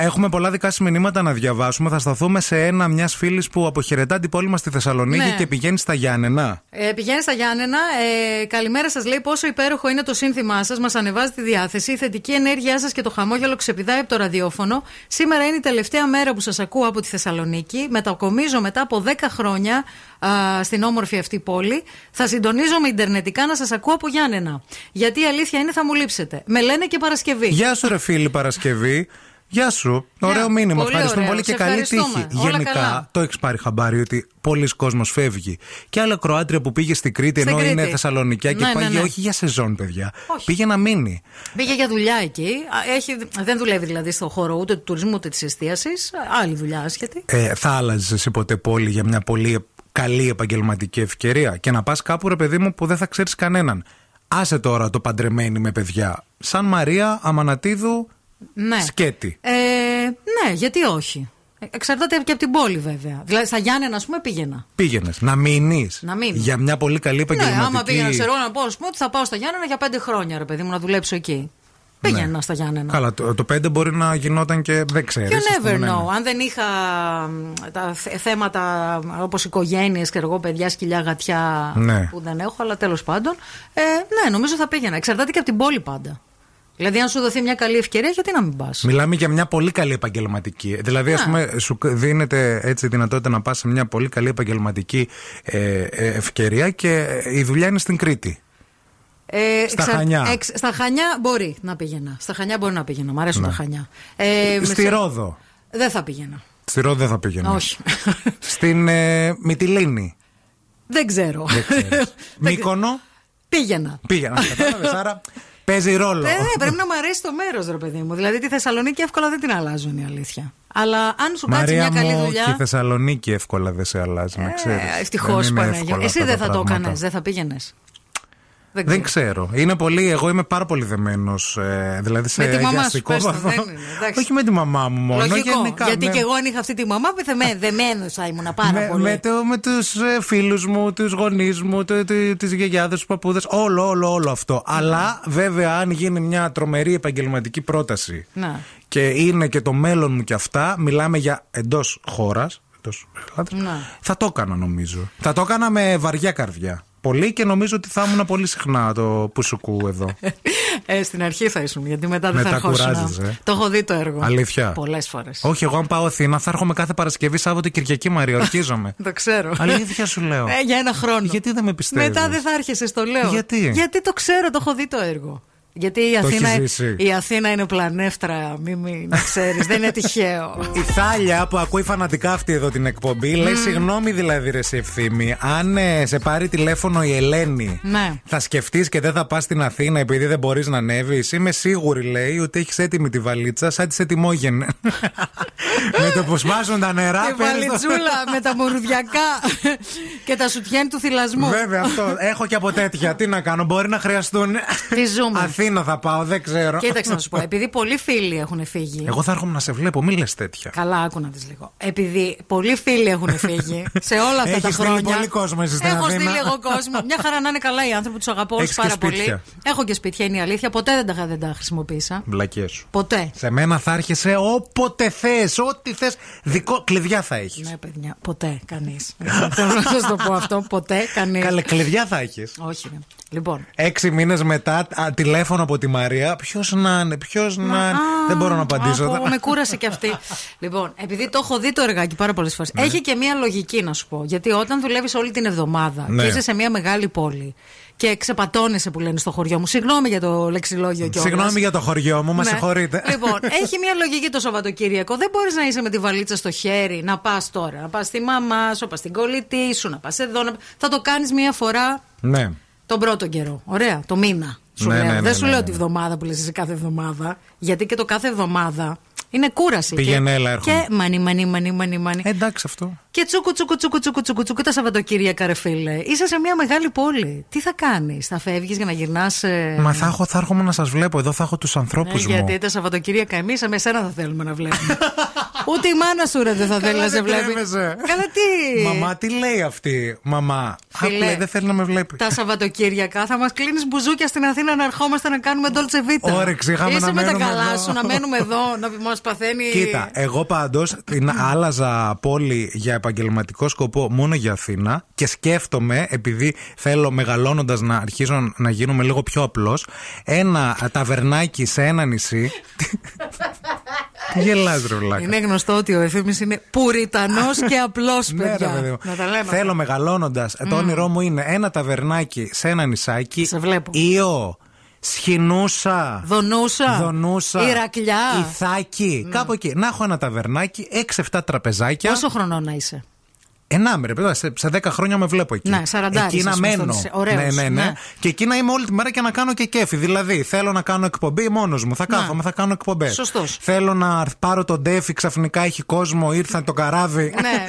έχουμε πολλά δικά σου μηνύματα να διαβάσουμε. Θα σταθούμε σε ένα μιας φίλης που αποχαιρετά την πόλη μας στη Θεσσαλονίκη Ναι. και πηγαίνει στα Γιάννενα. Ε, πηγαίνει στα Γιάννενα. Ε, καλημέρα σας. Λέει πόσο υπέροχο είναι το σύνθημά σας. Μας ανεβάζει τη διάθεση. Η θετική ενέργειά σας και το χαμόγελο ξεπηδάει από το ραδιόφωνο. Σήμερα είναι η τελευταία μέρα που σας ακούω από τη Θεσσαλονίκη. Μετακομίζω μετά από 10 χρόνια α, στην όμορφη αυτή πόλη. Θα συντονίζομαι Ιντερνετικά να σας ακούω από Γιάννενα. Γιατί η αλήθεια είναι θα μου λείψετε. Με λένε και Παρασκευή. Γεια σου, ρε φίλη Παρασκευή. Γεια σου. Ωραίο Γεια. μήνυμα. Ναι, Πολύ Ευχαριστούμε ωραίο. πολύ και Σε καλή τύχη. ευχαριστούμε. Όλα Γενικά, καλά. το έχεις πάρει χαμπάρι ότι πολλοί κόσμος φεύγει. Και άλλα Κροάτρια που πήγε στην Κρήτη, Στην ενώ είναι Κρήτη. Θεσσαλονικιά και Ναι, ναι, πήγε ναι. όχι για σεζόν, παιδιά. Όχι. Πήγε να μείνει. Πήγε για δουλειά εκεί. Α, Έχει, δεν δουλεύει δηλαδή στον χώρο ούτε του τουρισμού ούτε της εστίασης. Άλλη δουλειά άσχετη. Ε, θα άλλαζες εσύ ποτέ πόλη για μια πολύ καλή επαγγελματική ευκαιρία και να πας κάπου, ρε παιδί μου, που δεν θα ξέρεις κανέναν. Άσε τώρα το παντρεμένη με παιδιά. Σαν Μαρία Αμανατίδου Ναι. σκέτη. Ε, ναι, γιατί όχι. Ε, Εξαρτάται και από την πόλη βέβαια. Δηλαδή στα Γιάννενα, α πούμε, πήγαινα. Πήγαινες να μείνεις Να μείνω. για μια πολύ καλή επαγγελματική. Ναι, άμα πήγαινα σε να πω, ας πούμε, ότι θα πάω στα Γιάννενα για πέντε χρόνια, ρε παιδί μου, να δουλέψω εκεί. Πήγαινα στα Γιάννενα. Ναι. Καλά, το, το 5 μπορεί να γινόταν και δεν ξέρεις. You never know. Αν δεν είχα μ, τα θέ- θέματα όπως οικογένειες και εγώ παιδιά, σκυλιά, γατιά Ναι. που δεν έχω, αλλά τέλος πάντων. Ε, ναι, νομίζω θα πήγαινα. Εξαρτάται και από την πόλη πάντα. Δηλαδή, αν σου δοθεί μια καλή ευκαιρία, γιατί να μην πας. Μιλάμε για μια πολύ καλή επαγγελματική. Δηλαδή, Ναι. α πούμε, σου δίνεται έτσι η δυνατότητα να πας σε μια πολύ καλή επαγγελματική ε, ε, ευκαιρία και η δουλειά είναι στην Κρήτη. Ε, Στα Χανιά. στα χανιά μπορεί να πήγαινα. Στα χανιά μπορεί να πήγαινα. Μ' αρέσουν τα χανιά. Ε, με Ναι. Στη Ναι. σε- Ρόδο. Δεν θα πήγαινα. Στη Ρόδο δεν θα πήγαινα. Όχι. Στην ε, Μυτιλίνη. δεν ξέρω. Δεν ξέρεις. Δεν Μύκονο Πήγαινα. πήγαινα. Κατάλαβες. Άρα παίζει ρόλο. Ε, ναι, πρέπει να μου αρέσει το μέρος, ρε παιδί μου. Δηλαδή τη Θεσσαλονίκη εύκολα δεν την αλλάζω, είναι η αλήθεια. Αλλά αν σου κάτσει μια Μαρία καλή μου, και η δουλειά. Θεσσαλονίκη εύκολα δεν σε αλλάζει, να ξέρεις. Ευτυχώς Δεν είναι Παναγία. εύκολα Εσύ αυτά δεν τα θα το ε. πράγματα. έκανες, δεν θα πήγαινες. Δεν ξέρω. Είναι πολύ, εγώ είμαι πάρα πολύ δεμένος. δηλαδή σε Με τη μαμά σου, αγιαστικό πες το, βαθμό. δεν είναι, εντάξει. Όχι με τη μαμά μου μόνο. Λογικό. γενικά, γιατί με- και εγώ αν είχα αυτή τη μαμά, πεθαμέν- δεμένος θα ήμουν πάρα με, πολύ. με, το, με τους ε, φίλους μου, τους γονείς μου, το, το, τις γιαγιάδες, τους παππούδες, όλο, όλο, όλο Ναι. αυτό. Αλλά βέβαια αν γίνει μια τρομερή επαγγελματική πρόταση Να. και είναι και το μέλλον μου και αυτά, μιλάμε για εντός χώρας, εντός Ελλάδας, Να. θα το έκανα νομίζω. Θα το έκανα με βαριά καρδιά. Πολύ και νομίζω ότι θα ήμουν πολύ συχνά το πουσουκού εδώ. Ε, στην αρχή θα ήσουν, γιατί μετά δεν Μετά θα ερχόσουν. κουράζεσαι, ε. Το έχω δει το έργο. Αλήθεια. Πολλές φορές. Όχι, εγώ αν πάω Αθήνα θα έρχομαι κάθε Παρασκευή, Σάββατο, Κυριακή Μαρία, ορκίζομαι. Το ξέρω. Αλήθεια σου λέω. Ε, για ένα χρόνο. Γιατί δεν με πιστεύεις? Μετά δεν θα έρχεσαι, στο λέω. Γιατί? το ξέρω, το έχω δει το έργο. Γιατί η Το Αθήνα, έχεις ζήσει. η Αθήνα είναι πλανεύτρα, μη, μη να ξέρεις. δεν είναι τυχαίο. Η Θάλια που ακούει φανατικά αυτή εδώ την εκπομπή λέει συγγνώμη δηλαδή ρε σε ευθύμη αν ε, σε πάρει τηλέφωνο η Ελένη Ναι. θα σκεφτείς και δεν θα πας στην Αθήνα επειδή δεν μπορείς να ανέβεις είμαι σίγουρη λέει ότι έχεις έτοιμη τη βαλίτσα σαν τις ετοιμόγενες με το που σπάσουν τα νερά Η παίρνεις το- βαλιτσούλα με τα μορουδιακά και τα σουτιέν του θυλασμού. Βέβαια αυτό έχω και από τέτοια τι να κάνω μπορεί να χρειαστούν Τι ζούμε. Αθήνα θα πάω δεν ξέρω Κοίταξε να σου πω, επειδή πολλοί φίλοι έχουν φύγει. Εγώ θα έρχομαι να σε βλέπω μη λες τέτοια Καλά, άκου να δεις λίγο. Επειδή πολλοί φίλοι έχουν φύγει σε όλα αυτά τα Έχεις στείλει χρόνια. πολύ κόσμο εσύ στην Έχω Αθήνα. στείλει εγώ κόσμο. Μια χαρά να είναι καλά οι άνθρωποι, τους αγαπώ όλους Έχεις και πάρα πολύ. σπίτια. Έχω και σπίτια, είναι η αλήθεια. Ποτέ δεν τα, είχα- δεν τα χρησιμοποίησα. Βλακίες σου Ποτέ. Σε μένα θα έρχεσαι όποτε θες, ό,τι θες. Δικό κλειδιά θα έχεις. Ναι, παιδιά, ποτέ κανείς. Θέλω να σας το πω αυτό. Ποτέ κανείς. Καλε κλειδιά θα έχεις. Όχι. ρε. Λοιπόν, Έξι μήνες μετά, α, τηλέφωνο από τη Μαρία. Ποιος να είναι, ποιος να είναι. Δεν μπορώ να απαντήσω. Α, πω, με κούρασε κι αυτή. λοιπόν, επειδή το έχω δει το εργάκι πάρα πολλές φορές, Ναι. έχει και μία λογική να σου πω. Γιατί όταν δουλεύεις όλη την εβδομάδα Ναι. και είσαι σε μία μεγάλη πόλη και ξεπατώνεσαι που λένε στο χωριό μου. Συγγνώμη για το λεξιλόγιο κιόλας. Συγγνώμη για το χωριό μου, μα συγχωρείτε. Λοιπόν, έχει μία λογική το Σαββατοκύριακο. Δεν μπορείς να είσαι με τη βαλίτσα στο χέρι, να πας τώρα, να πας στη μαμά σου, να πας στην κολλητή σου, να πας εδώ. να- Θα το κάνεις μία φορά ναι. τον πρώτο καιρό. Ωραία, το μήνα. Σου Ναι, λέω. ναι, ναι, Δεν σου ναι, λέω ναι. τη βδομάδα που λες εσύ κάθε εβδομάδα. Γιατί και το κάθε εβδομάδα είναι κούραση. Πήγαινε, Και- έλα, έρχομαι. Και μανι, μανι, μανι, μανι, μανι. Ε, εντάξει αυτό. Και τσούκου, τσούκου, τσούκου, τσούκου, τσούκου, τσούκου τα Σαββατοκύριακα, ρε φίλε. Είσαι σε μια μεγάλη πόλη. Τι θα κάνεις, θα φεύγεις για να ε, γυρνά. Μα θα, έχω, θα Ε, έρχομαι να σας βλέπω εδώ, θα έχω τους ανθρώπου μου. γιατί τα Σαββατοκύριακα εμείς, εμένα θα θέλουμε να βλέπουμε. Ούτε η μάνα σου ρε δεν θα θέλει Καλά, να σε δεν βλέπει. τρέπεσαι. Καλά τι. Μαμά, τι λέει αυτή, μαμά. Φίλε, Φίλε, δεν θέλει να με βλέπει. Τα Σαββατοκύριακα θα μας κλείνεις μπουζούκια στην Αθήνα να ερχόμαστε να κάνουμε Dolce Vita. Όρεξη είχαμε Είσαι να με τα μένουμε καλά εδώ. σου, να μένουμε εδώ, να μας παθαίνει. Κοίτα, εγώ πάντως την άλλαζα πόλη για επαγγελματικό σκοπό μόνο για Αθήνα και σκέφτομαι, επειδή θέλω μεγαλώνοντας να αρχίσω να γίνομαι λίγο πιο απλός, ένα ταβερνάκι σε ένα νησί. Τι γελάς ρε βλάκα. Είναι γνωστό ότι ο Ευθύμης είναι πουριτανός και απλός Ναι, ρε, παιδί μου. παιδιά. Να τα λέμε. Θέλω μεγαλώνοντας. Το όνειρό μου είναι ένα ταβερνάκι σε ένα νησάκι. Σε βλέπω. Ήο. Σχοινούσα. Δονούσα. Δονούσα. Ηρακλιά. Ναι. Ιθάκι. Κάπου εκεί. Να έχω ένα ταβερνάκι, 6-7 τραπεζάκια. Πόσο χρονών να είσαι. Ενάμι, ρε παιδιά, σε, σε 10 χρόνια με βλέπω εκεί. Ναι, σαραντάρις, Εκεί να ας πούμε, μένω. στον- ωραίος, ναι, ναι, ναι, ναι. Και εκεί να είμαι όλη τη μέρα και να κάνω και κέφι. Δηλαδή, θέλω να κάνω εκπομπή μόνος μου. Θα κάθομαι, θα κάνω εκπομπές. Ναι. Σωστός. Θέλω να πάρω τον τέφι, ξαφνικά έχει κόσμο, ήρθαν το καράβι. Ναι.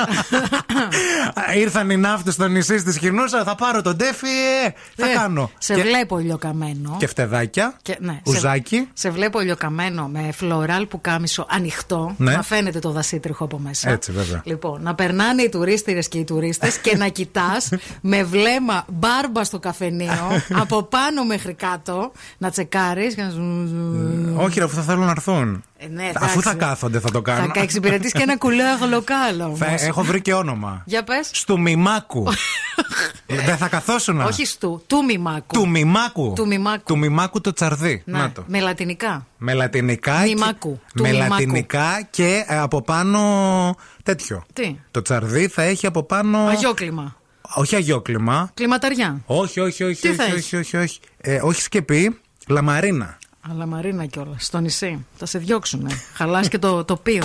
ήρθαν οι ναύτες στο νησί τη Χινούσα, θα πάρω τον τέφι, ε, θα Ε, κάνω. Σε και, βλέπω ηλιοκαμένο. και φτεδάκια. Και- ναι, σε- ουζάκι. Σε, βλέπω ηλιοκαμένο με φλωράλ που κάμισο ανοιχτό. Ναι. Να φαίνεται το δασίτριχο από μέσα. Έτσι, βέβαια. Λοιπόν, να περνάνε οι τουρίστηρε και οι τουρίστες και να κοιτάς με βλέμμα μπάρμπα στο καφενείο από πάνω μέχρι κάτω να τσεκάρεις. Όχι, ρε, αφού θα θέλουν να έρθουν. αφού θα κάθονται, θα το κάνω. Ε, ναι, Θα εξυπηρετείς και ένα κουλέο γλοκάλο. Θα- όμως. έχω βρει και όνομα. Για πες. Στου Μιμάκου. Ε, Δεν θα καθόσουν. Όχι στου, του μιμάκου. Του Μιμάκου. Του Μιμάκου. Του Μιμάκου το τσαρδί. Ναι, Να το. Με λατινικά. Με λατινικά. Μιμάκου. και- Του Με Μιμάκου. λατινικά και ε, από πάνω τέτοιο. Τι? Το τσαρδί θα έχει από πάνω. Αγιόκλημα. Όχι αγιόκλημα. Κλιματαριά. Όχι, όχι, όχι. Τι όχι, θα όχι, έχει? όχι, όχι, Ε, όχι σκεπή. Λαμαρίνα. Αλλά Μαρίνα κιόλας, στο νησί. Θα σε διώξουνε. Χαλάς και το τοπίο.